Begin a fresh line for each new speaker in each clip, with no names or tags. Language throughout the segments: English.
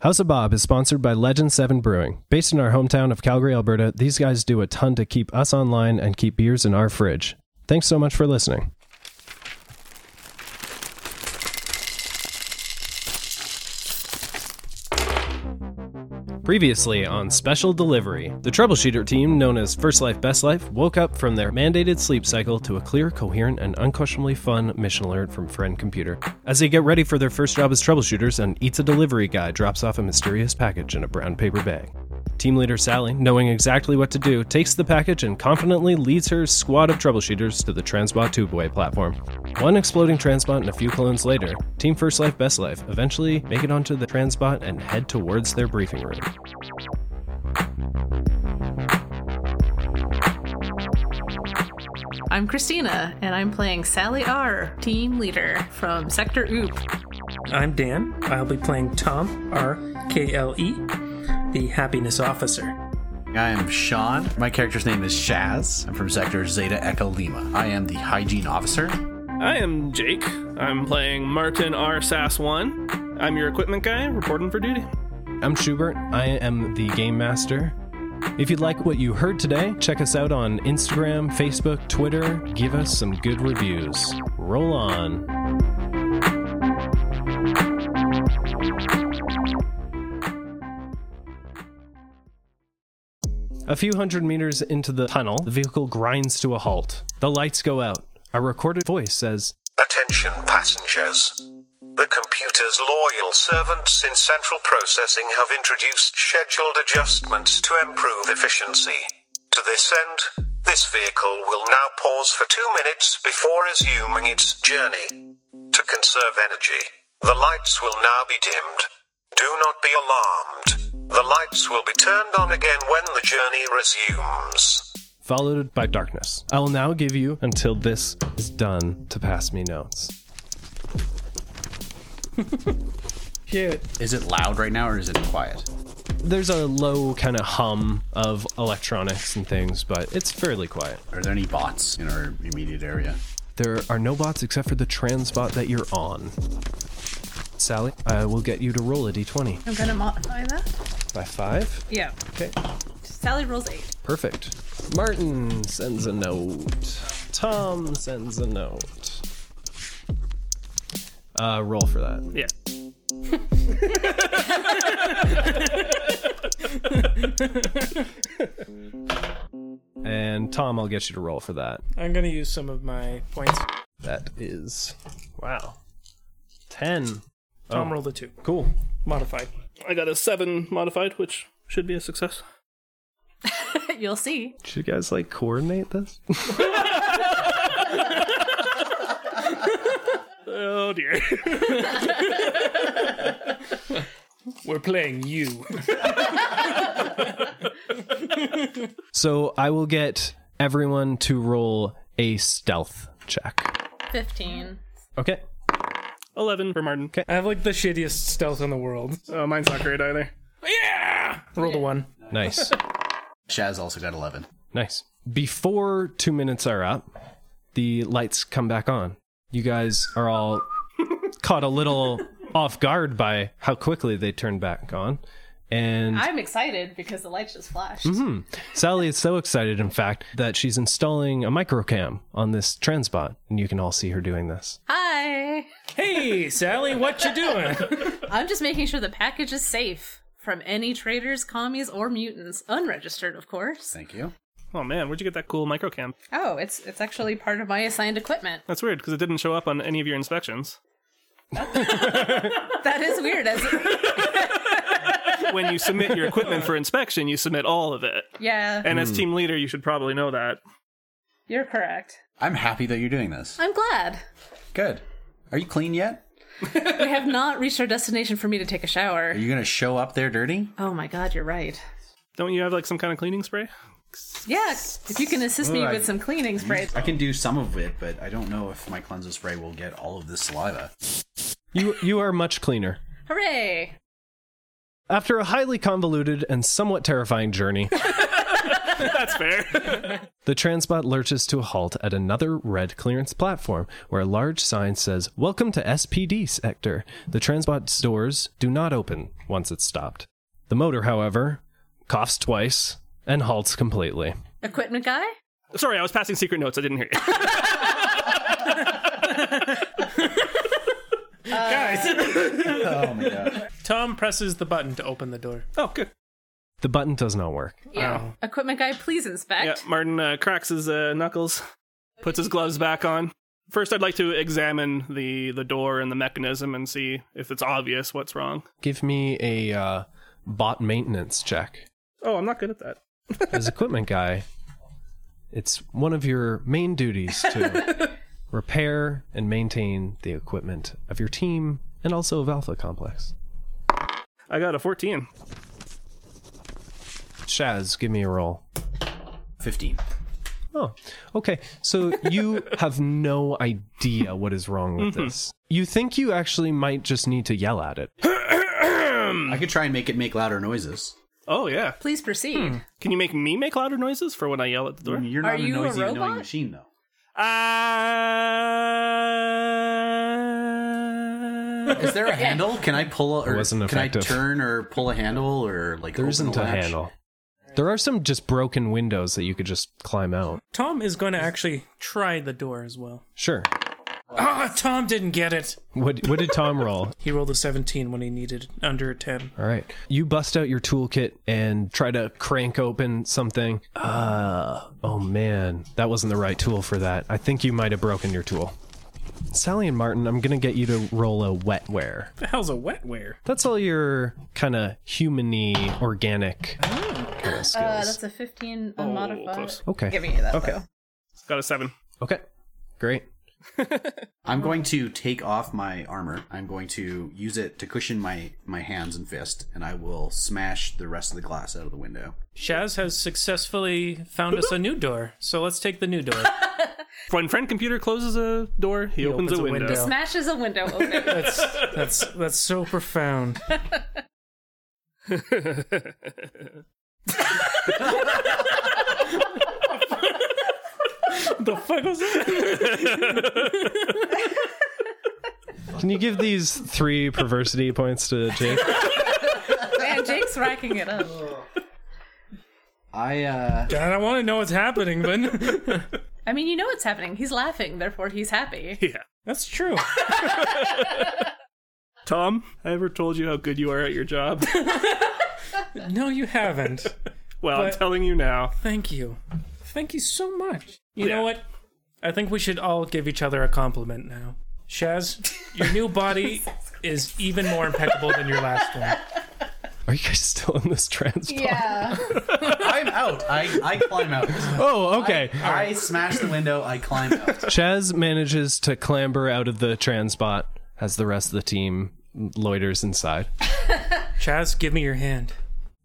House of Bob is sponsored by Legend 7 Brewing. Based in our hometown of Calgary, Alberta, these guys do a ton to keep us online and keep beers in our fridge. Thanks so much for listening. Previously on Special Delivery, the troubleshooter team known as First Life Best Life woke up from their mandated sleep cycle to a clear, coherent, and unquestionably fun mission alert from Friend Computer. As they get ready for their first job as troubleshooters, an Eats a Delivery guy drops off a mysterious package in a brown paper bag. Team leader Sally, knowing exactly what to do, takes the package and confidently leads her squad of troubleshooters to the Transbot tubeway platform. One exploding Transbot and a few clones later, Team First Life Best Life eventually make it onto the Transbot and head towards their briefing room.
I'm Christina, and I'm playing Sally R, team leader from Sector Oop.
I'm Dan. I'll be playing Tom R K L E, the happiness officer.
I am Sean. My character's name is Shaz. I'm from Sector Zeta Echo Lima. I am the hygiene officer.
I am Jake. I'm playing Martin R. Sass 1. I'm your equipment guy, reporting for duty.
I'm Schubert. I am the Game Master. If you'd like what you heard today, check us out on Instagram, Facebook, Twitter. Give us some good reviews. Roll on. A few hundred meters into the tunnel, the vehicle grinds to a halt. The lights go out. A recorded voice says,
Attention passengers. The computer's loyal servants in central processing have introduced scheduled adjustments to improve efficiency. To this end, this vehicle will now pause for two minutes before resuming its journey. To conserve energy, the lights will now be dimmed. Do not be alarmed. The lights will be turned on again when the journey resumes.
followed by darkness. I will now give you until this is done to pass me notes.
Cute.
Is it loud right now or is it quiet?
There's a low kind of hum of electronics and things, but it's fairly quiet.
Are there any bots in our immediate area?
There are no bots except for the trans bot that you're on. Sally, I will get you to roll a d20.
I'm gonna modify that.
By five?
Yeah.
Okay.
Sally rolls eight.
Perfect. Martin sends a note. Tom sends a note. Uh, roll for that.
Yeah.
And Tom, I'll get you to roll for that.
I'm gonna use some of my points.
That is. Wow. 10.
Tom rolled a two.
Cool.
Modified.
Oh. I got a 7 modified, which should be a success.
You'll see.
Should you guys like coordinate this?
Oh dear.
We're playing you.
so I will get everyone to roll a stealth check.
Fifteen.
Okay.
11 for Martin.
I have like the shittiest stealth in the world.
Oh, mine's not great either.
Yeah. Roll a one.
Nice.
Shaz also got 11.
nice. Before two minutes are up, the lights come back on. You guys are all caught a little off guard by how quickly they turned back on. And
I'm excited because the lights just flashed.
Mm-hmm.
Sally is so excited, in fact, that she's installing a microcam on this transbot, and you can all see her doing this.
Hi.
Hey, Sally, what you doing?
I'm just making sure the package is safe from any traitors, commies, or mutants, unregistered, of course.
Thank you.
Oh man, where'd you get that cool microcam?
Oh, it's it's actually part of my assigned equipment.
That's weird because it didn't show up on any of your inspections
That is weird. As
when you submit your equipment for inspection you submit all of it
yeah,
and as team leader you should probably know that
you're correct.
I'm happy that you're doing this.
I'm glad.
Good. Are you clean yet?
We have not reached our destination for me to take a shower.
Are you going to show up there dirty?
Oh my god, you're right.
don't you have like some kind of cleaning spray
Yeah, if you can assist me
Alright.
with some cleaning spray.
I can do some of it, but I don't know if my cleanser spray will get all of this saliva.
You, you are much cleaner.
Hooray!
After a highly convoluted and somewhat terrifying journey,
That's fair.
The transpot lurches to a halt at another red clearance platform where a large sign says, Welcome to SPD sector. The transpot's doors do not open once it's stopped. The motor, however, coughs twice and halts completely.
Equipment guy?
Sorry, I was passing secret notes. I didn't hear you.
Guys,
Oh my god.
Tom presses the button to open the door.
Oh, good.
The button does not work.
Yeah. Equipment guy, please
Yeah,
inspect.
Martin uh, cracks his uh, knuckles, puts his gloves back on. First, I'd like to examine the the door and the mechanism and see if it's obvious what's wrong.
Give me a uh, bot maintenance check.
Oh, I'm not good at that.
As equipment guy, it's one of your main duties to repair and maintain the equipment of your team and also of Alpha Complex.
I got a 14.
Shaz, give me a roll.
15.
Oh, okay. So you have no idea what is wrong with this. You think you actually might just need to yell at it.
I could try and make it make louder noises.
Oh yeah.
Please proceed. Uh,
Can you make me make louder noises for when I yell at the door?
You're
Are
not
you
a
a
noisy, annoying
robot?
machine, though.
Uh...
Is there a handle? Can I pull a, or
It wasn't
can I
effective.
turn or pull a handle or like
There
open
isn't a
latch?
handle. There are some just broken windows that you could just climb out.
Tom is going to actually try the door as well.
Sure.
Ah, Tom didn't get it.
What what did Tom roll?
He rolled a 17 when he needed under a 10.
All right. You bust out your toolkit and try to crank open something. Uh, oh man, that wasn't the right tool for that. I think you might have broken your tool. Sally and Martin, I'm going to get you to roll a wetware.
The hell's a wetware?
That's all your kind of humany, organic kind of skills.
Uh, that's a 15 unmodified.
close.
okay.
Give me that. Okay.
Got a seven.
Okay. Great.
I'm going to take off my armor. I'm going to use it to cushion my my hands and fist, and I will smash the rest of the glass out of the window.
Shaz has successfully found us a new door, so let's take the new door.
When friend computer closes a door, he, opens, a window.
Smashes a window open.
That's that's that's so profound. the fuck was that?
Can you give these three perversity points to Jake?
Man, Jake's racking it up.
I uh
I don't want to know what's happening, but
I mean, you know what's happening. He's laughing, therefore he's happy.
yeah.
that's true.
Tom, I ever told you how good you are at your job?
No, you haven't.
well, I'm
But-
telling you now.
Thank you. Thank you so much. You
Yeah.
know what? I think we should all give each other a compliment now. Shaz, your new body is even more impeccable than your last one.
Are you guys still in this transport?
Yeah.
I'm out. I, I climb out.
Oh, okay.
I smash the window, I climb out.
Chaz manages to clamber out of the transpot as the rest of the team loiters inside.
Shaz, give me your hand.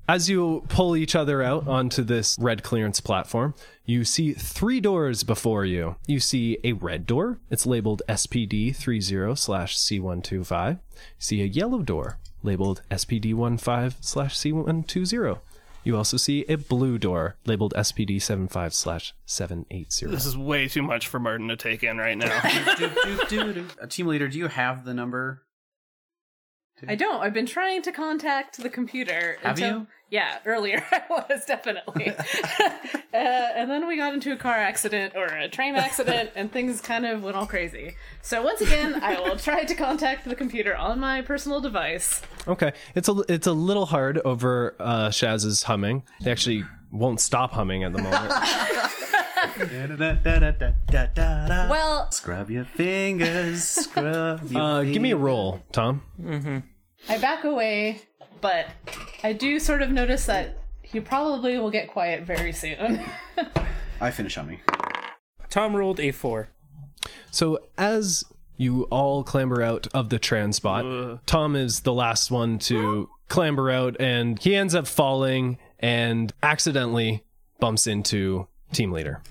As you pull each other out onto this red clearance platform, you see three doors before you. You see a red door. It's labeled SPD 30 slash C125. You see a yellow door labeled SPD 15 slash C120. You also see a blue door labeled SPD 75 slash 780.
This is way too much for Martin to take in right now.
Do, do, do, do. Uh, Team leader, do you have the number?
I don't. I've been trying to contact the computer.
Have you?
Yeah, earlier I was definitely. uh, and then we got into a car accident or a train accident, and things kind of went all crazy. So once again, I will try to contact the computer on my personal device.
Okay, it's a it's a little hard over uh, Shaz's humming. They actually won't stop humming at the moment.
Well,
Well,
scrub your fingers, scrub your
Uh, give me a
fingers.
roll, Tom.
I back away, but I do sort of notice that he probably will get quiet very soon.
I finish on me.
Tom rolled a four.
So as you all clamber out of the transpot, Tom is the last one to clamber out, and he ends up falling and accidentally bumps into team leader.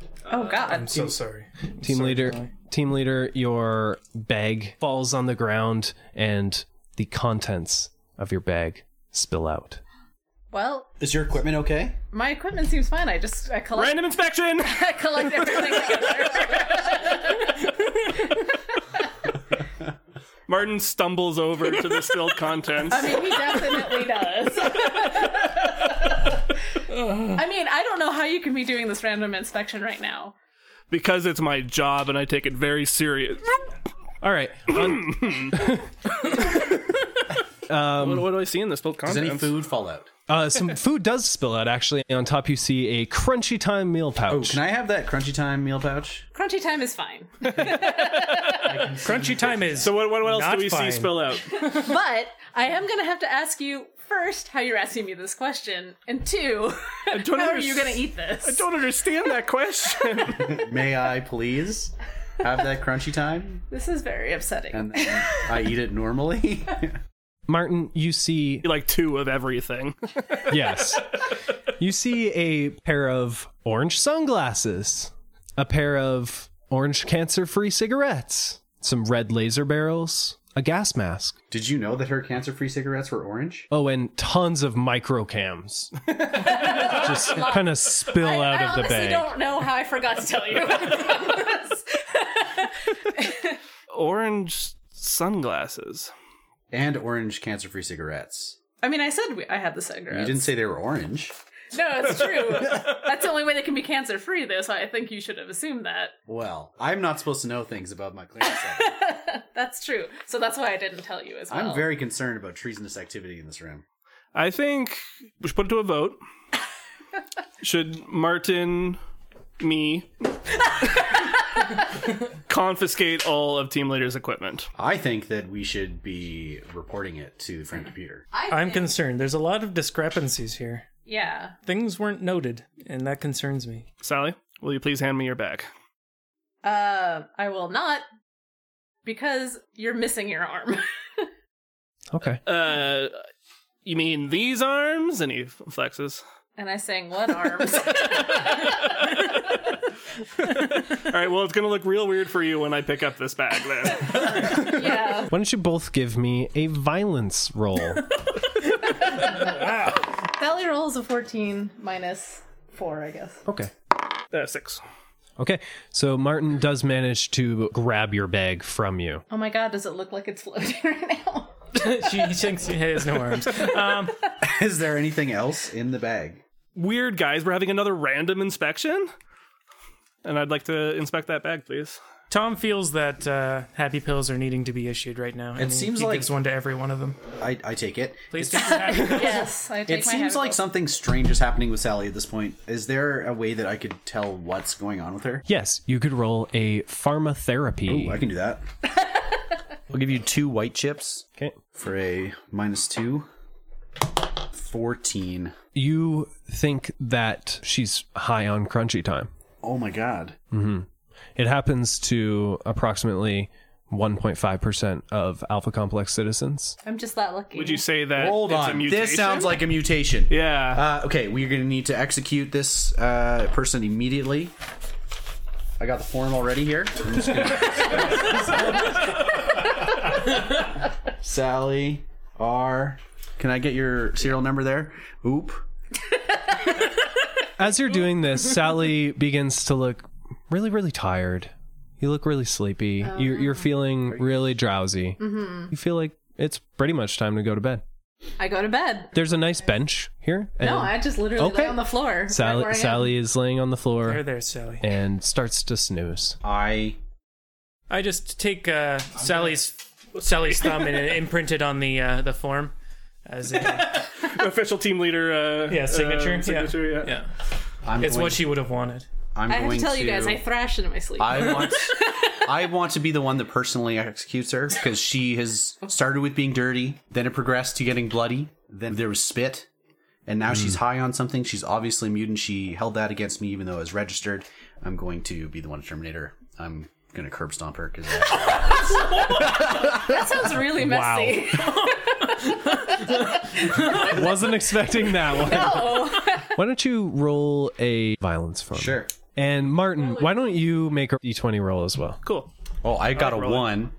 oh
Uh,
God!
So sorry.
Team leader, team leader, your bag falls on the ground, and the contents of your bag spill out.
Well,
Is your equipment okay?
my equipment seems fine. I just I collect
Random inspection.
I collect everything.
Martin stumbles over to the spilled contents.
I mean, he definitely does. I mean, I don't know how you can be doing this random inspection right now.
because it's my job and I take it very serious.
All right. on-
what, what do I see in the spilled
Does
contents?
any food fall out?
uh, some food does spill out, actually. On top, you see a crunchy time meal
Oh,
pouch.
can I have that crunchy time meal pouch?
Crunchy time is fine,
Crunchy time is.
So what, what, what else
Not
do we
fine.
see spill out?
but I am gonna have to ask you first how you're asking me this question, and two,
don't
how are you
underst-
gonna eat this?
I don't understand that question.
May I please have that crunchy time?
This is very upsetting.
And then I eat it normally.
Martin, you see
like two of everything.
yes. You see a pair of orange sunglasses, a pair of orange cancer free cigarettes, some red laser barrels, a gas mask.
Did you know that her cancer-free cigarettes were orange?
Oh, and tons of microcams. Just kind of spill
I,
out
I
of the
honestly
bag.
don't know how I forgot to tell you.
Orange sunglasses.
And orange cancer-free cigarettes.
I mean, I said we, I had the cigarettes.
You didn't say they were orange.
No, it's true. That's the only way they can be cancer free, though. So I think you should have assumed that.
Well, I'm not supposed to know things about my clearance. act.
That's true. So that's why I didn't tell you as well.
I'm very concerned about treasonous activity in this room.
I think we should put it to a vote. Should Martin, me, confiscate all of team leader's equipment?
I think that we should be reporting it to the
Mm-hmm.
friend computer.
I'm concerned. There's a lot of discrepancies here.
Yeah.
Things weren't noted, and that concerns me.
Sally, will you please hand me your bag?
Uh, I will not because you're missing your arm.
Okay.
Uh, you mean these arms? And he flexes.
and I sang, What arms?
All right, well, it's going to look real weird for you when I pick up this bag then.
yeah.
Why don't you both give me a violence roll?
Valley roll is a 14 minus 4, I guess.
okay.
Uh, six.
Okay. So Martin does manage to grab your bag from you.
Oh my god, does it look like it's floating right now?
she thinks he has no arms.
Is there anything else in the bag?
Weird guys, we're having another random inspection. And I'd like to inspect that bag, please.
Tom feels that uh, happy pills are needing to be issued right now. It
seems
he
like-
gives one to every one of them.
I, I take it.
Please take your happy pills.
yes, I take
It
my
seems
hand-
like something strange is happening with Sally at this point. Is there a way that I could tell what's going on with her?
Yes, you could roll a pharmatherapy.
Ooh, I can do that. I'll give you two white chips
okay.
for a minus two. 14.
You think that she's high on crunchy time.
Oh my god.
It happens to approximately 1.5% of alpha complex citizens.
I'm just that lucky.
Would you say that
Hold
it's a
on.
mutation?
This sounds like a mutation.
Yeah.
Uh, okay, we're going to need to execute this uh, person immediately. I got the form already here. I'm just gonna- Sally R. Can I get your serial number there? Oop.
As you're doing this, Sally begins to look really, really tired. You look really sleepy. You're, you're feeling really drowsy.
Mm-hmm.
You feel like it's pretty much time to go to bed.
I go to bed.
There's a nice bench here. And
No, I just literally
Okay.
lay on the floor. right where I
Sally,
am.
Sally is laying on the
There,
floor
there, Sally.
and starts to snooze.
I
I just take uh, Sally's Sally's thumb and imprint it on the uh, the form as a
Official team leader uh,
yeah, signature.
uh,
yeah.
signature, yeah.
yeah.
I'm
It's
going,
what she would have wanted.
I'm
I have to
going
tell you guys, I thrash in my sleep.
I want I want to be the one that personally executes her because she has started with being dirty, then it progressed to getting bloody, then there was spit, and now she's
Hmm.
high on something. She's obviously mutant. She held that against me, even though I was registered. I'm going to be the one to terminate her. I'm gonna curb stomp her because
that sounds really messy.
Wasn't expecting that one. Why don't you roll a violence for me?
sure.
And Martin, why don't you make a d20 roll as well?
Cool.
Oh, I got a
roll it.
one.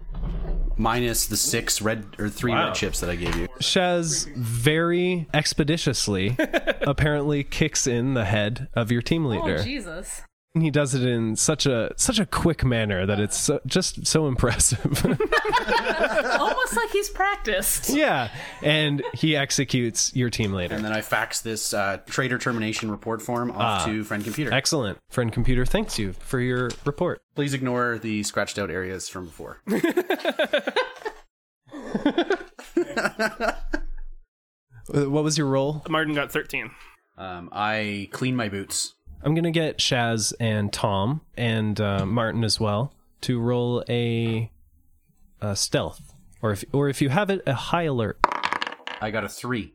minus the six red or three
Wow.
red chips that I gave you.
Shaz very expeditiously apparently kicks in the head of your team leader.
Oh, Jesus.
he does it in such a such a quick manner that it's so, just so impressive.
Almost like he's practiced.
yeah, and he executes your team leader.
And then I faxed this uh, trader termination report form
Ah.
off to friend computer.
Excellent. Friend computer thanks you for your report.
Please ignore the scratched out areas from before.
Uh, What was your role?
Martin got 13.
Um, I clean my boots.
I'm gonna get Shaz and Tom and uh, Martin as well to roll a, a stealth, or if or if you have it, a high alert.
I got a three.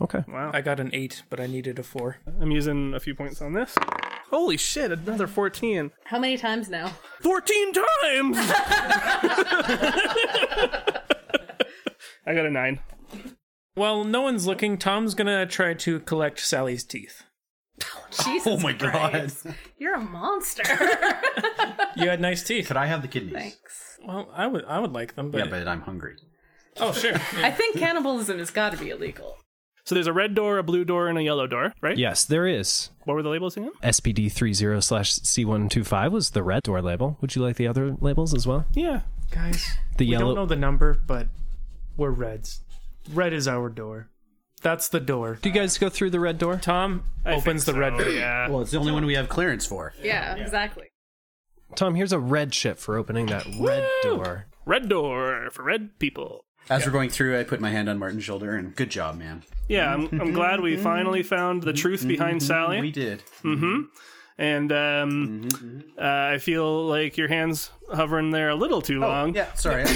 Okay.
Wow.
I got an eight, but I needed a four.
I'm using a few points on this. Holy shit, another 14.
How many times now?
14 times! I got a 9.
Well, no one's looking. Tom's gonna try to collect Sally's teeth.
Jesus
Oh my god!
Christ. You're a monster.
You had nice teeth.
Could I have the kidneys?
Thanks.
Well, I would, I would like them, but,
Yeah, but I'm hungry.
oh sure.
I think cannibalism has got to be illegal.
So there's a red door, a blue door, and a yellow door, right?
Yes, there is.
What were the labels again?
SPD 30 slash C125 was the red door label. Would you like the other labels as well?
Yeah.
Guys,
The
we
yellow.
don't know the number, but we're reds. Red is our door. That's the door.
Do you guys go through the red door?
Tom opens the red
Oh,
door.
yeah.
Uh, Well, it's the only one we have clearance for.
Yeah, exactly.
Tom, here's a red chip for opening that red door.
Red door for red people.
As we're going through, I put my hand on Martin's shoulder and good job, man.
Yeah, I'm, I'm glad we finally found the
Mm-hmm,
truth behind
We
Sally. Mm-hmm.
did.
And
Mm-hmm,
um, uh, I feel like your hand's hovering there a little too long.
Yeah, sorry. I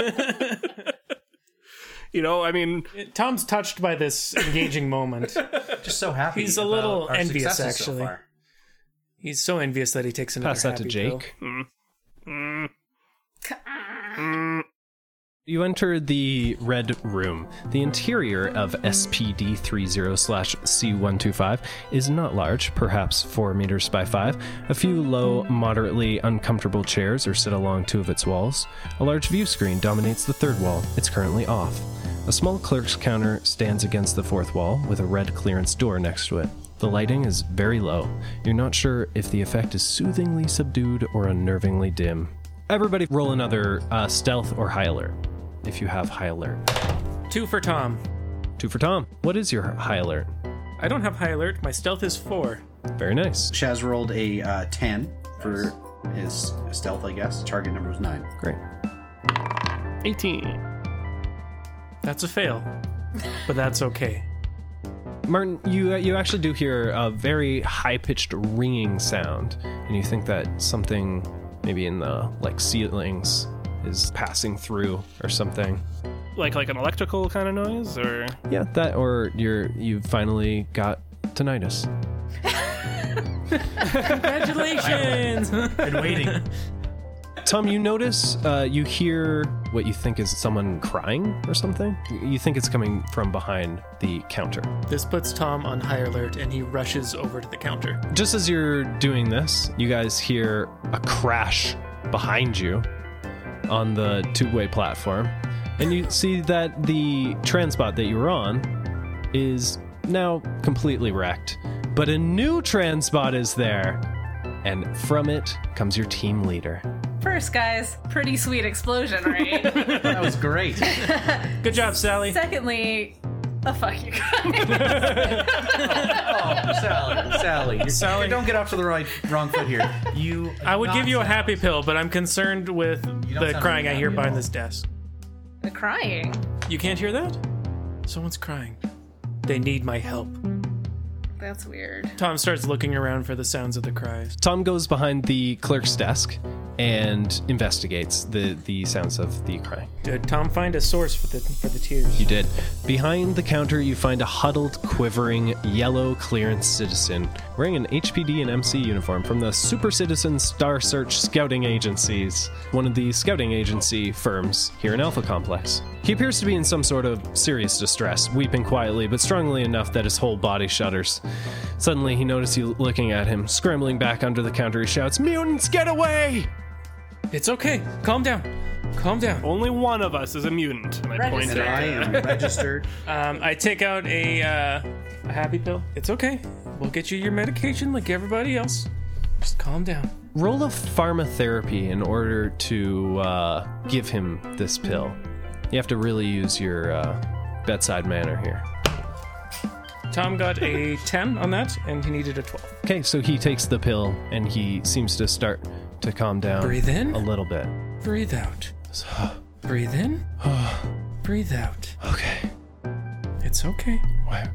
laughed.
You know, I mean,
Tom's touched by this engaging moment.
Just so happy.
He's a
about
little
our
envious,
successes so
actually.
far.
He's so envious that he takes another.
Pass that to
happy
Jake.
pill.
You enter the red room. The interior of SPD 30 slash C125 is not large, perhaps 4 meters by 5. A few low, moderately uncomfortable chairs are set along two of its walls. A large view screen dominates the third wall. It's currently off. A small clerk's counter stands against the fourth wall with a red clearance door next to it. The lighting is very low. You're not sure if the effect is soothingly subdued or unnervingly dim. Everybody roll another uh, stealth or high alert if you have high alert.
Two for Tom.
Two for Tom. What is your high alert?
I don't have high alert. My stealth is four.
Very nice.
Chaz rolled a uh, 10 for his stealth, I guess. Target number was 9.
Great.
E 18.
That's a fail, but that's okay.
Martin, you uh, you actually do hear a very high pitched ringing sound, and you think that something maybe in the like ceilings is passing through or something.
Like like an electrical kind of noise, or
Yeah, that or you're you finally got tinnitus.
Congratulations!
Been waiting.
Tom, you notice uh, you hear what you think is someone crying or something. You think it's coming from behind the counter.
this puts Tom on high alert, and he rushes over to the counter.
Just as you're doing this, you guys hear a crash behind you on the two way platform. And you see that the transpot that you were on is now completely wrecked. But a new transpot is there. And from it comes your team leader.
First, guys, pretty sweet explosion, right?
That was great.
Good job, Sally.
Secondly, oh fuck you guys.
Sally, Sally, you're-
Sally.
don't get off to the right wrong foot here. You,
I would give you a happy pill, but I'm concerned with the
sound
crying I
really
hear
happy
behind
at all.
this desk.
The crying.
You can't hear that? Someone's crying. They need my help.
That's weird.
Tom starts looking around for the sounds of the cries.
Tom goes behind the clerk's desk and investigates the, the sounds of the crying.
Did Tom find a source for the for the tears?
You did. Behind the counter, you find a huddled, quivering, yellow clearance citizen wearing an HPD and MC uniform from the Super Citizen Star Search Scouting Agencies, one of the scouting agency firms here in Alpha Complex. He appears to be in some sort of serious distress, weeping quietly but strongly enough that his whole body shudders. Suddenly, he notices you looking at him. Scrambling back under the counter, he shouts, Mutants, get away!
It's okay. Calm down. Calm down.
Only one of us is a mutant. And I point
And
at
I am registered.
Um, I take out a uh, a happy pill. It's okay. We'll get you your medication like everybody else. Just calm down.
Roll a pharmatherapy in order to uh, give him this pill. You have to really use your uh, bedside manner here.
Tom got a 10 on that, and he needed a 12.
Okay, so he takes the pill and he seems to start to calm down
Breathe in.
a little bit.
Breathe out. Breathe in. Breathe out.
Okay,
It's okay.
why,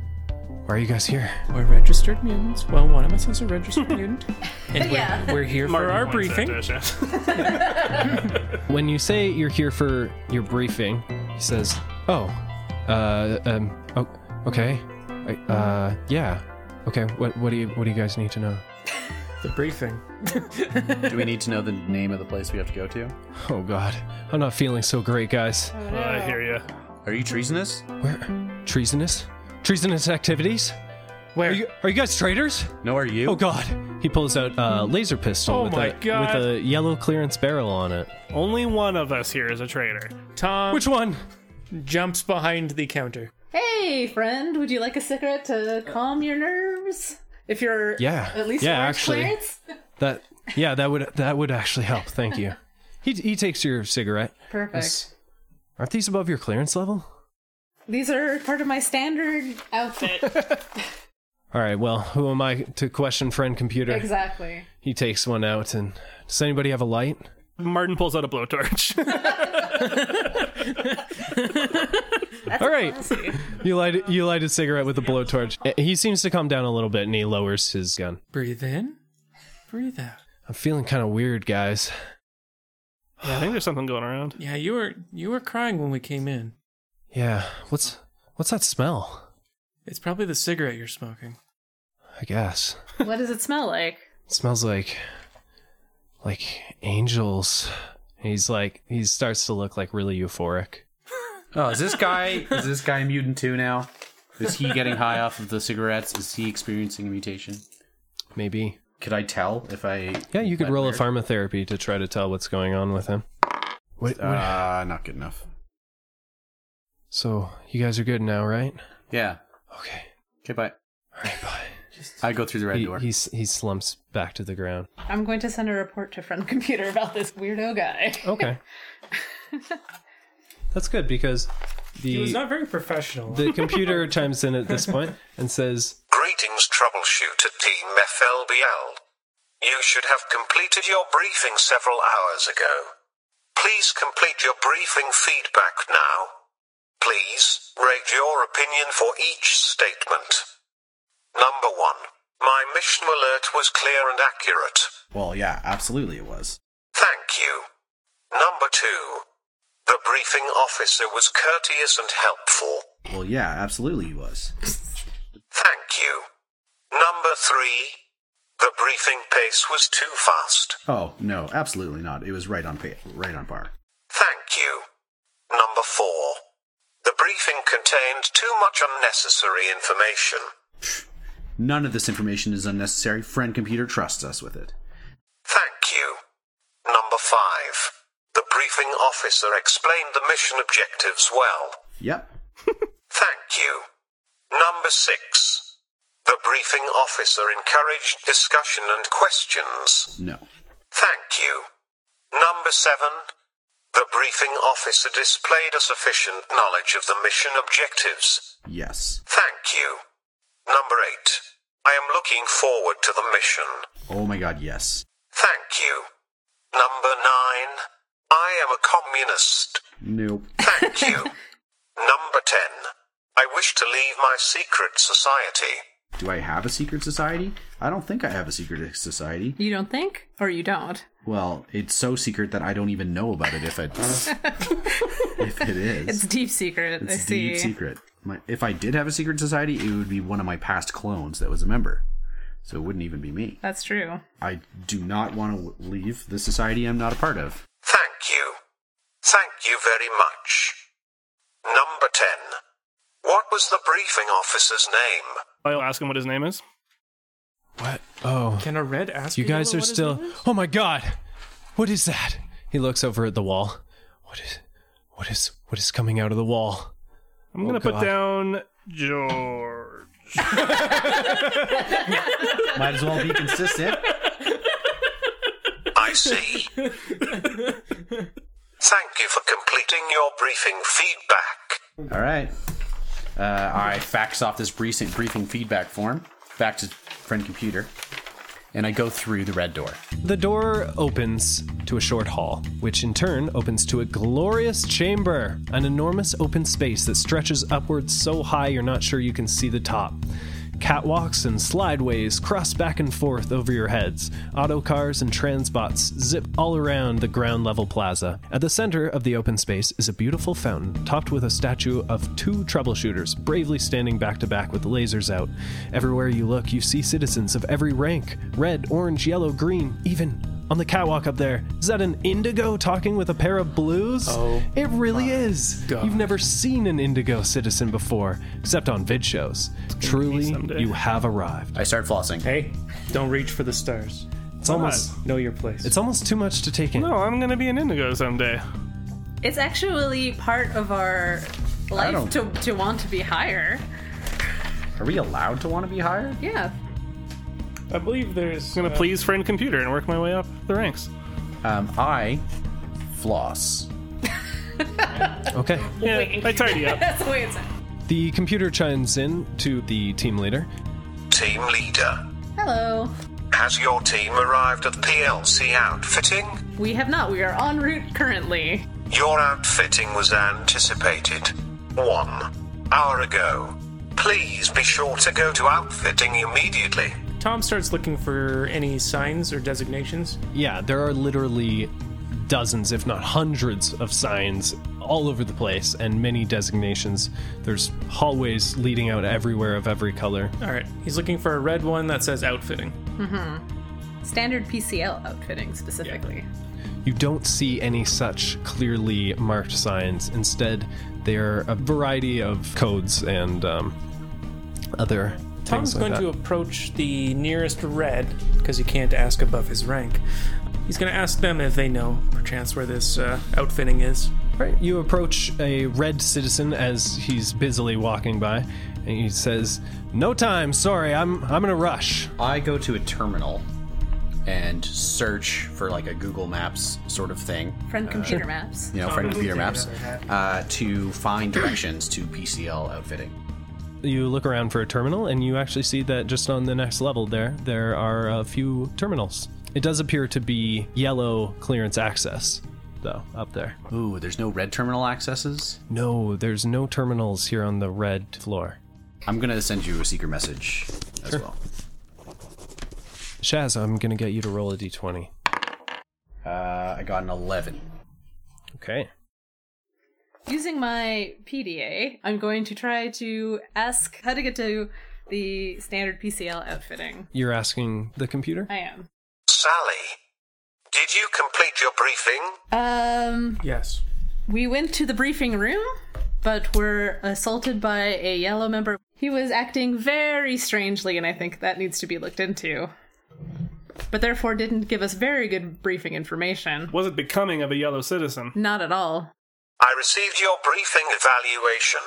why are you guys here?
We're registered mutants. Well, one of us is a registered mutant. And we're,
Yeah.
we're here
Martin
for our
points at
briefing.
Dasha.
When you say you're here for your briefing, he says, "Oh, uh, um, oh, okay, I, uh, yeah, okay. What, what do you, what do you guys need to know?"
The briefing.
Do we need to know the name of the place we have to go to?
Oh God, I'm not feeling so great, guys.
Uh, I hear you.
Are you treasonous?
Where treasonous, treasonous activities?
Where?
Are you, are you guys traitors?
No, are you?
Oh God! He pulls out a laser pistol
Oh
with,
my
a,
God.
with a yellow clearance barrel on it.
Only one of us here is a traitor.
Tom
Which one?
jumps behind the counter.
Hey, friend, would you like a cigarette to calm your nerves? If you're
Uh, Yeah.
at least
Yeah,
orange
actually.
clearance?
That yeah, that would that would actually help. Thank you. He he takes your cigarette.
Perfect.
Yes. Aren't these above your clearance level?
These are part of my standard outfit.
All right. Well, who am I to question friend computer?
exactly.
He takes one out and does anybody have a light?
Martin pulls out a blowtorch.
All right. You light you light a cigarette with a blowtorch. Eh, He seems to calm down a little bit and he lowers his gun.
Breathe in. Breathe out.
I'm feeling kind of weird, guys.
yeah, I think there's something going around.
Yeah, you were you were crying when we came in.
Yeah. What's what's that smell?
It's probably the cigarette you're smoking.
I guess.
What does it smell like?
It smells like like angels. He's like he starts to look like really euphoric.
Oh, is this guy? Is this guy a mutant too now? Is he getting high off of the cigarettes? Is he experiencing a mutation?
Maybe.
Could I tell if I?
Yeah, you could
Blood
roll
weird.
a pharmatherapy to try to tell what's going on with him. Uh, What, what-
Ah, not good enough.
so you guys are good now, right?
Yeah.
Okay.
Okay, bye.
All right, bye.
I go through the red
He,
door.
he s- he slumps back to the ground.
I'm going to send a report to friend computer about this weirdo guy.
Okay. That's good because the
very professional.
the computer chimes in at this point and says,
Greetings, troubleshooter team FLBL. You should have completed your briefing several hours ago. Please complete your briefing feedback now. Please rate your opinion for each statement. Number 1. My mission alert was clear and accurate.
well, yeah, absolutely, it was.
Thank you. Number 2. The briefing officer was courteous and helpful.
Well, yeah, absolutely, he was.
Thank you. Number three. The briefing pace was too fast.
Oh no, absolutely not. It was right on pa- right on par.
Thank you. Number four. The briefing contained too much unnecessary information.
None of this information is unnecessary. Friend computer trusts us with it.
Thank you. Number five. The briefing officer explained the mission objectives well.
Yep.
Thank you. Number six. The briefing officer encouraged discussion and questions.
No.
Thank you. Number seven. The briefing officer displayed a sufficient knowledge of the mission objectives.
Yes.
Thank you. Number eight. I am looking forward to the mission.
Oh my God, yes.
Thank you. Number nine. I am a communist.
Nope.
Thank you. Number ten. I wish to leave my secret society.
Do I have a secret society? I don't think I have a secret society.
You don't think? Or you don't?
Well, it's so secret that I don't even know about it. If I, if it is,
It's deep secret. I
It's
see.
deep secret. My, if I did have a secret society, it would be one of my past clones that was a member. So it wouldn't even be me.
That's true.
I do not want to leave the society I'm not a part of.
Thank you. Thank you very much. Number 10. What was the briefing officer's name?
I'll ask him what his name is.
"What? Oh,
Can a red ask
you guys
Yellow
are
what his
still
name is?
Oh my god. What is that? He looks over at the wall. What is what is what is coming out of the wall?
Oh,
I'm gonna put
God.
down George.
Might as well be consistent.
I see. Thank you for completing your briefing feedback.
All right. Uh, I fax off this recent briefing feedback form back to friend computer, and I go through the red door.
The door opens to a short hall, which in turn opens to a glorious chamber, an enormous open space that stretches upwards so high you're not sure you can see the top. Catwalks and slideways cross back and forth over your heads. Auto cars and transbots zip all around the ground level plaza. At the center of the open space is a beautiful fountain topped with a statue of two troubleshooters bravely standing back to back with lasers out. Everywhere you look, you see citizens of every rank red, orange, yellow, green, even. On the catwalk up there, is that an indigo talking with a pair of blues? Oh. It really is. You've never seen an indigo citizen before, except on vid shows. Truly,
someday.
you have arrived.
I start flossing.
Hey, don't reach for the stars.
It's almost
Know your place.
it's almost too much to take in.
No, I'm gonna be an indigo someday.
It's actually part of our life
don't-
to, to want to be higher.
Are we allowed to want to be hired?
Yeah.
I believe there's
I'm gonna please friend computer and work my way up the ranks.
Um, I floss.
Okay.
Yeah, I tidy up.
That's the way it's.
The computer chimes in to the team leader.
Team leader,
Hello.
has your team arrived at PLC outfitting?
We have not. We are en route currently.
Your outfitting was anticipated. One hour ago. Please be sure to go to outfitting immediately.
Tom starts looking for any signs or designations.
Yeah, there are literally dozens, if not hundreds, of signs all over the place and many designations. There's hallways leading out everywhere of every color.
All right, he's looking for a red one that says outfitting.
Standard PCL outfitting specifically.
You don't see any such clearly marked signs. Instead, they are a variety of codes and um, other
Tom's
things like
going
that.
to approach the nearest red because he can't ask above his rank. He's going to ask them if they know, perchance, where this uh, outfitting is.
Right. You approach a red citizen as he's busily walking by, and he says, "No time. Sorry, I'm I'm in a rush."
I go to a terminal and search for like a Google Maps sort of thing,
Friend computer maps.
you know, friend computer maps, uh, to find directions to PCL outfitting.
You look around for a terminal, and you actually see that just on the next level there, there are a few terminals. It does appear to be yellow clearance access, though, up there.
Ooh, there's no red terminal accesses.
No, there's no terminals here on the red floor.
I'm gonna send you a secret message as well.
Shaz, I'm gonna get you to roll a d20.
Uh, I got an 11.
Okay.
Using my PDA, I'm going to try to ask how to get to the standard PCL outfitting.
You're asking the computer?
I am.
Sally, did you complete your briefing?
Um,
Yes.
We went to the briefing room, but were assaulted by a yellow member. He was acting very strangely, and I think that needs to be looked into. But therefore, didn't give us very good briefing information.
Wasn't becoming of a yellow citizen.
Not at all.
I received your briefing evaluation.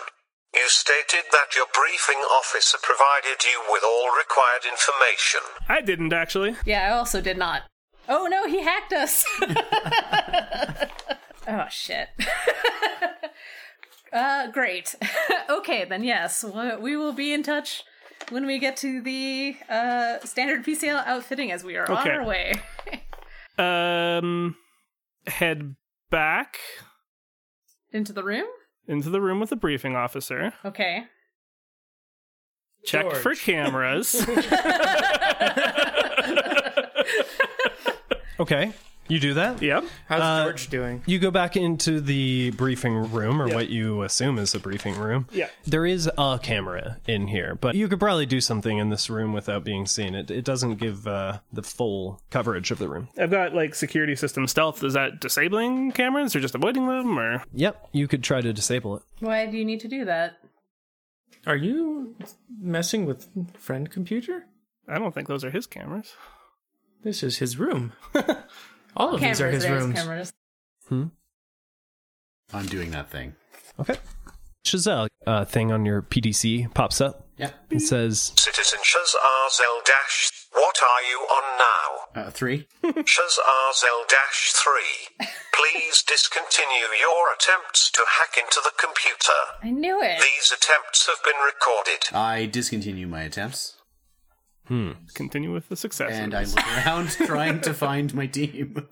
You stated that your briefing officer provided you with all required information.
I didn't actually.
Yeah, I also did not. Oh no, he hacked us! oh shit. uh, great. okay, then yes, we- we will be in touch when we get to the uh, standard PCL outfitting as we are on
Okay.
our way.
Um, head back
Into the room?
into the room with the briefing officer.
Okay.
Check
George.
for cameras.
Okay. You do that?
yep.
How's
Uh,
George doing?
You go back into the briefing room, or what you assume is the briefing room.
Yeah.
There is a camera in here, but you could probably do something in this room without being seen. It, it doesn't give uh, the full coverage of the room.
I've got like security system stealth. Is that disabling cameras or just avoiding them or
Yep. You could try to disable it.
Why do you need to do that?
Are you messing with friend computer?
I don't think those are his cameras.
This is his room. All of these are his
there's
rooms.
Cameras.
I'm doing that thing.
Hmm? Okay. Chazelle uh, thing on your PDC pops up.
Yeah.
Hmm?
It says,
Citizen Shazar Zel Dash, what are you on now?
Uh, three.
Shazar Zel Dash 3. Please discontinue your attempts to hack into the computer.
I knew it.
These attempts have been recorded.
I discontinue my attempts,
hmm,
Continue with the success.
and I look around trying to find my team.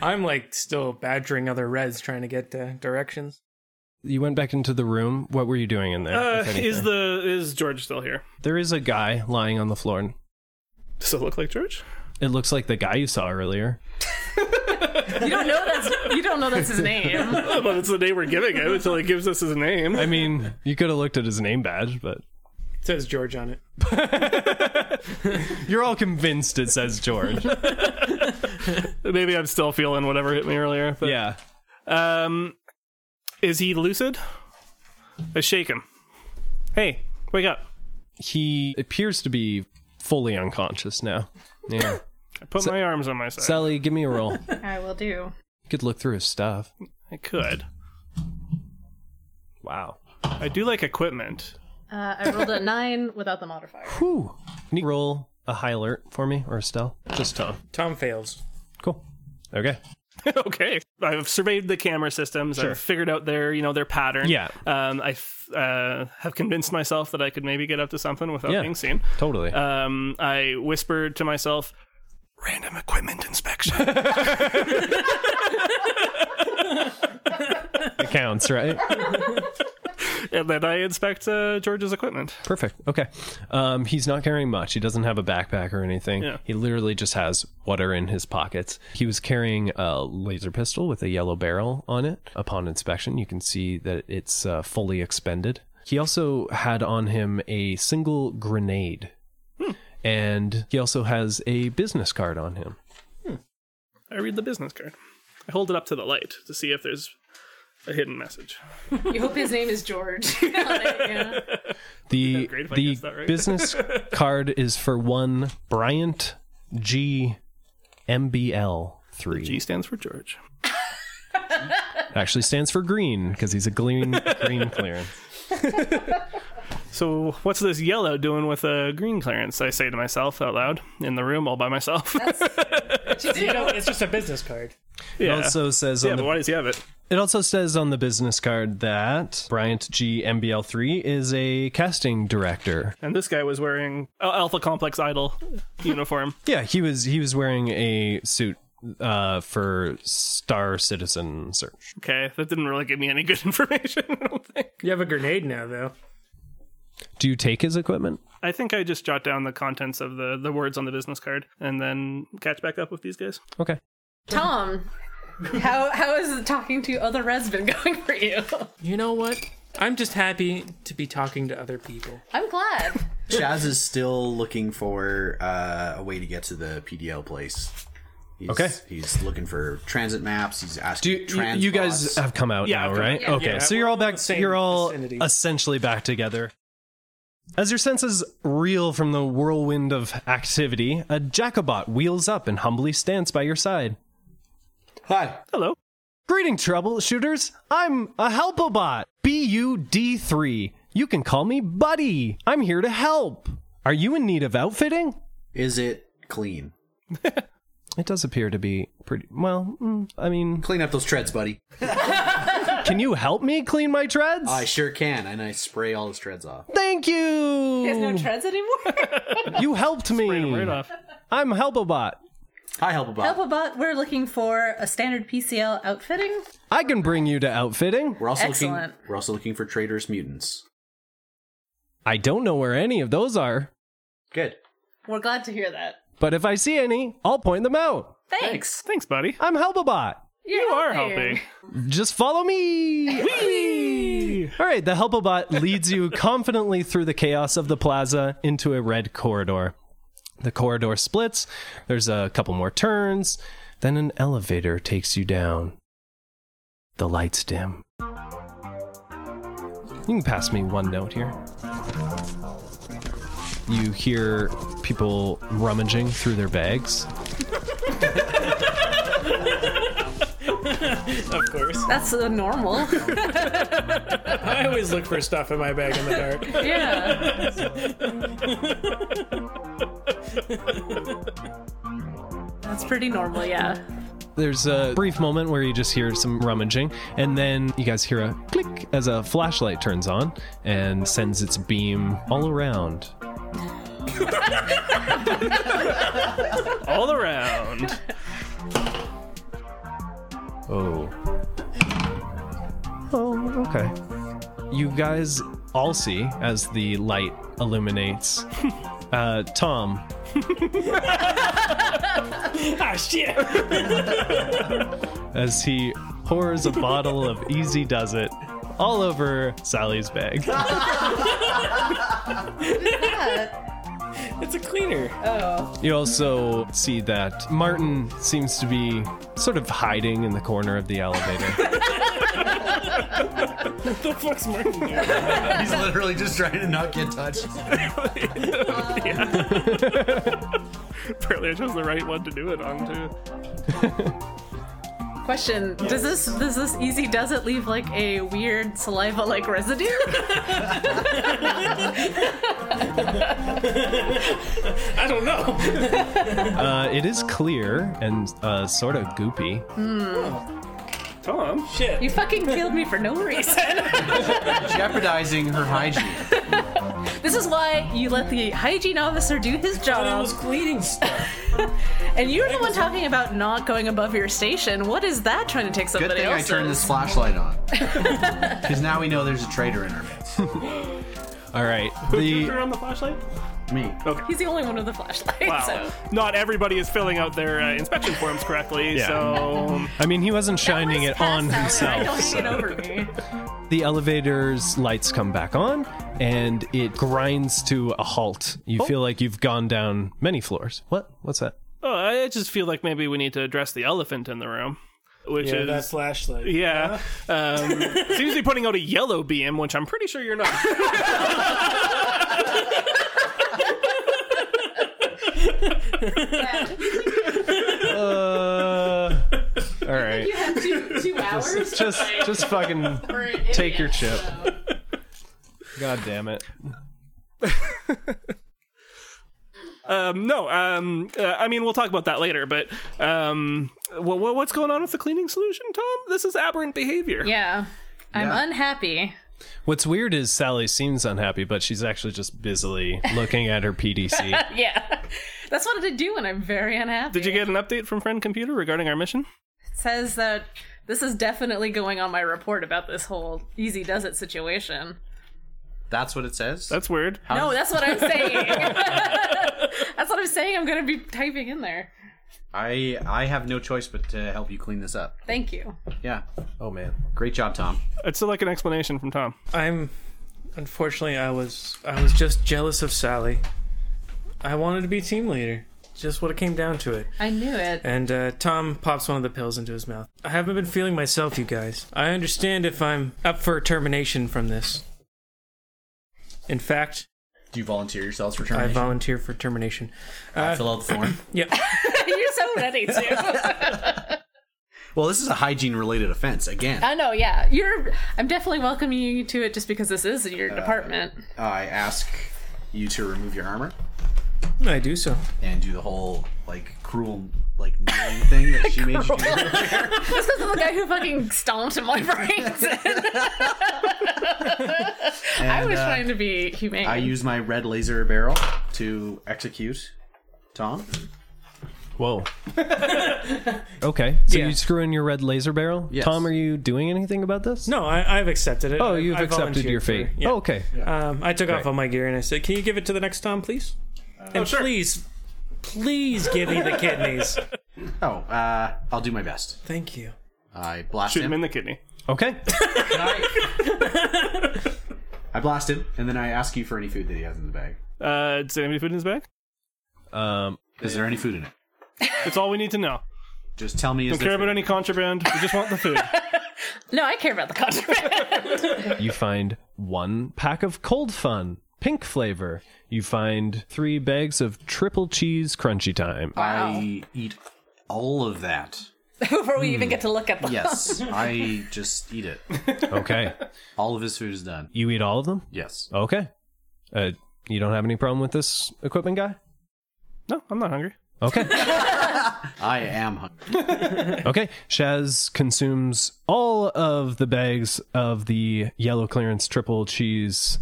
I'm like still badgering other reds trying to get uh, directions.
"You went back into the room. What were you doing in there?
uh,
if anything?"
is the is George still here?
there is a guy lying on the floor.
Does it look like George?
It looks like the guy you saw earlier.
You don't know that's you don't know that's his name.
well, that's the name we're giving him until he gives us his name.
I mean, you could have looked at his name badge, but
It says George on it.
you're all convinced it says George.
Maybe I'm still feeling whatever hit me earlier. But
yeah.
um, is he lucid? I shake him. Hey, wake up!
He appears to be fully unconscious now. Yeah.
I put my arms on my side.
Sally, give me a roll. You
I will do.
could look through his stuff.
I could.
Wow.
I do like equipment.
Uh, I rolled a nine without the modifier.
Whew. Can you roll a high alert for me or Estelle? Just Tom.
Tom fails.
Cool. Okay.
okay, I've surveyed the camera systems. I've figured out their, you know, their pattern.
Yeah.
Um, I f- uh, have convinced myself that I could maybe get up to something without
Yeah.
being seen.
Totally.
Um, I whispered to myself, "Random equipment inspection."
it counts, right?
and then I inspect uh, George's equipment.
Perfect. Okay. Um, he's not carrying much. He doesn't have a backpack or anything.
Yeah.
He literally just has what are in his pockets. He was carrying a laser pistol with a yellow barrel on it. Upon inspection, you can see that it's uh, fully expended. He also had on him a single grenade.
Hmm.
And he also has a business card on him.
I read the business card. I hold it up to the light to see if there's a hidden message.
You hope his name is George. You know, like, yeah.
The,
great if I
the
guessed that right.
business card is for one Bryant G MBL. Three.
G stands for George.
actually stands for green because he's a green green clearance.
So, what's this yellow doing with a green clearance? I say to myself out loud in the room all by myself.
You know, it's just a business card.
yeah.
It also says
yeah,
on
but
the,
why does he have it?
it also says on the business card that Bryant G MBL three is a casting director.
And this guy was wearing a Alpha Complex Idol uniform.
Yeah, he was he was wearing a suit uh for Star Citizen Search.
Okay, that didn't really give me any good information. I don't think.
You have a grenade now, though.
Do you take his equipment?
I think I just jot down the contents of the the words on the business card and then catch back up with these guys.
Okay.
Tom, how how is talking to other res been going for you?
You know what? I'm just happy to be talking to other people.
I'm glad.
Chaz is still looking for uh, a way to get to the PDL place. He's,
Okay.
He's looking for transit maps. He's
Do
asking.
you, you, you guys have come out
Yeah,
now,
I've come
right?
out.
okay,
Yeah,
so
we're
you're all
in the
back.
same
You're all
vicinity.
essentially back together. As your senses reel from the whirlwind of activity, a Jacobot wheels up and humbly stands by your side.
Hi.
Hello.
Greeting, troubleshooters. I'm a Helpobot, BUD3. You can call me Buddy. I'm here to help. Are you in need of outfitting?
Is it clean?
It does appear to be pretty well. mm, I mean,
Clean up those treads, buddy.
can you help me clean my treads?
I sure can, and I spray all his treads off.
Thank you.
There's no treads anymore.
you helped me.
Right off.
I'm Helpobot.
Hi, Helpabot.
Helpabot, we're looking for a standard PCL outfitting.
I can bring you to outfitting.
We're also looking.
Excellent.
We're also looking for traitorous mutants.
I don't know where any of those are,
Good.
We're glad to hear that.
but if I see any, I'll point them out.
Thanks.
Thanks, buddy.
I'm Helpabot.
You're
You are helping.
Just follow me. All right, the Helpabot leads you confidently through the chaos of the plaza into a red corridor. The corridor splits, there's a couple more turns, then an elevator takes you down. The lights dim. You can pass me one note here. You hear people rummaging through their bags.
of course.
That's uh, normal.
I always look for stuff in my bag in the dark.
yeah. That's pretty normal, yeah.
There's a brief moment where you just hear some rummaging, and then you guys hear a click as a flashlight turns on and sends its beam all around.
All around.
Oh. Oh, okay. You guys all see as the light illuminates. Uh, Tom,
Ah, shit!
as he pours a bottle of Easy Does It all over Sally's bag.
It's a cleaner.
You also see that Martin seems to be sort of hiding in the corner of the elevator.
the fuck's Martin doing?
He's literally just trying to not get touched.
Apparently, I chose the right one to do it on too.
Question: Does this does this easy does it leave like a weird saliva like residue?
I don't know.
Uh, it is clear and uh, sort of goopy.
Tom,
you fucking killed me for no reason.
Jeopardizing her hygiene.
This is why you let the hygiene officer do his
I
job,
was cleaning stuff.
and you're the one talking about not going above your station. What is that trying to take
Good
somebody
thing I
else?
turned this flashlight on. Because now we know there's a traitor in our midst.
All right.
you turn
The
on the flashlight.
Me.
He's the only one with a flashlight.
Wow.
So.
Not everybody is filling out their uh, inspection forms correctly,
Yeah.
so
I mean, he wasn't shining it on
Passed out,
himself.
right? Don't hang
so-
it over me.
The elevator's lights come back on and it grinds to a halt. You feel like you've gone down many floors. What? What's that?
oh, I just feel like maybe we need to address the elephant in the room, which
Yeah,
is
that flashlight.
yeah. Um, seems to be putting out a yellow beam, which I'm pretty sure you're not.
Uh, all right.
two, two hours.
Just just fucking take your chip. God damn it.
Um, no, um, uh, I mean we'll talk about that later. But um, wha wha- what's going on with the cleaning solution, Tom? This is aberrant behavior.
Yeah. I'm
Yeah.
unhappy.
What's weird is Sally seems unhappy, but she's actually just busily looking at her PDC.
Yeah. That's what I do when I'm very unhappy.
Did you get an update from Friend Computer regarding our mission?
says that this is definitely going on my report about this whole easy does it situation.
That's what it says.
That's weird.
No, that's what I'm saying. that's what I'm saying. I'm gonna be typing in there.
I I have no choice but to help you clean this up.
Thank you.
Yeah.
Oh man.
Great job, Tom.
I'd still like an explanation from Tom.
I'm unfortunately I was I was just jealous of Sally. I wanted to be team leader. Just what it came down to it.
I knew it.
And uh, Tom pops one of the pills into his mouth. I haven't been feeling myself, you guys. I understand if I'm up for termination from this. In fact,
Do you volunteer yourselves for
I
termination?
volunteer for termination. Uh,
Fill out the form.
yeah.
You're so ready to.
well, this is a hygiene related offense again.
I know. Yeah. You're. I'm definitely welcoming you to it just because this is your
Uh,
department.
I ask you to remove your armor
I do so.
and do the whole like cruel like kneeling thing that she made you do.
This is the guy who fucking stomped my brains. I
And,
was
uh,
trying to be humane.
I use my red laser barrel to execute Tom.
Whoa. Okay. So
Yeah.
you screw in your red laser barrel?
Yes.
Tom, are you doing anything about this?
No, I, I've accepted it.
Oh,
I-
you've
I
accepted your fate.
volunteered for- yeah.
Oh, okay.
Um, I took off
Right.
all my gear and I said, "Can you give it to the next Tom, please?" and please, please give me the kidneys.
Oh, uh, I'll do my best.
Thank you.
I blast
Shoot him
him.
in the kidney.
Okay.
I blast him, and then I ask you for any food that he has in the bag.
Uh, does anybody put in his bag?
Um,
Is there any food in it?
That's all we need to know.
Just tell me. Is
Don't
there
care about
food?
any contraband. We just want the food.
no, I care about the contract.
You find one pack of cold fun, pink flavor. You find three bags of triple cheese crunchy time.
I eat all of that.
before we even get to look at them.
Hmm. Yes, I just eat it.
Okay.
All of his food is done.
you eat all of them?
Yes.
Okay. Uh, you don't have any problem with this equipment guy?
No, I'm not hungry.
Okay.
I am hungry.
Okay, Shaz consumes all of the bags of the yellow clearance triple cheese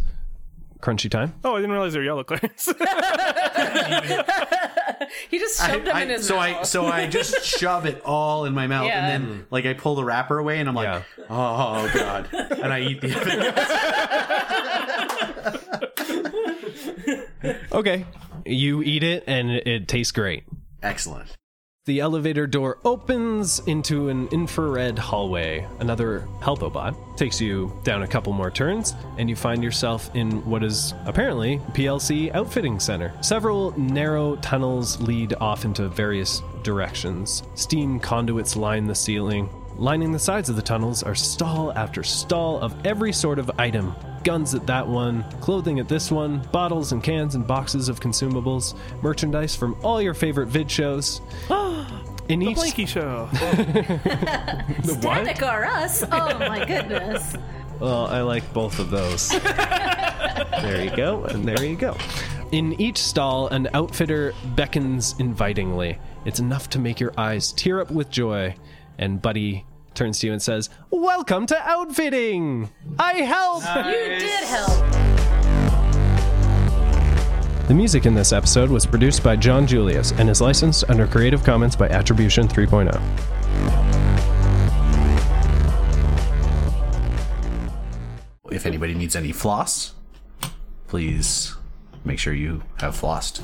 crunchy time.
Oh, I didn't realize they're yellow clearance.
He just shoved them
I-
in his
so
mouth.
I so I just shove it all in my mouth
Yeah.
and then like I pull the wrapper away and I'm like,
Yeah.
oh god, and I eat the other.
Okay, you eat it and it tastes great.
Excellent.
The elevator door opens into an infrared hallway. Another helpobot takes you down a couple more turns, and you find yourself in what is apparently PLC Outfitting Center. Several narrow tunnels lead off into various directions. Steam conduits line the ceiling. Lining the sides of the tunnels are stall after stall of every sort of item. Guns at that one, clothing at this one, bottles and cans and boxes of consumables, merchandise from all your favorite vid shows. In each
Blanky show.
Static or us? Oh my goodness.
Well, I like both of those. there you go, and there you go. In each stall, an outfitter beckons invitingly. It's enough to make your eyes tear up with joy. And Buddy turns to you and says, Welcome to outfitting! I help!
You did help.
The music in this episode was produced by John Julius and is licensed under Creative Commons by Attribution oh. 3.0.
If anybody needs any floss, please make sure you have flossed.